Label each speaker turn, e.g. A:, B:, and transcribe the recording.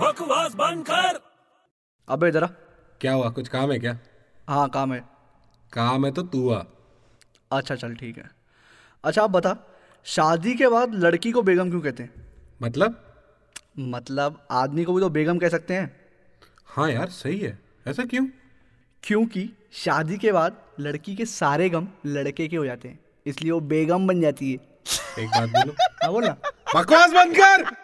A: बकवास बंद कर
B: अबे जरा
C: क्या हुआ कुछ काम है क्या
B: हाँ काम है
C: काम है तो तू आ
B: अच्छा चल ठीक है अच्छा आप बता शादी के बाद लड़की को बेगम क्यों कहते हैं
C: मतलब
B: मतलब आदमी को भी तो बेगम कह सकते हैं
C: हाँ यार सही है ऐसा क्यों
B: क्योंकि शादी के बाद लड़की के सारे गम लड़के के हो जाते हैं इसलिए वो बेगम बन जाती है
C: एक बात बोलो
B: हाँ बोल ना
C: बकवास बंद कर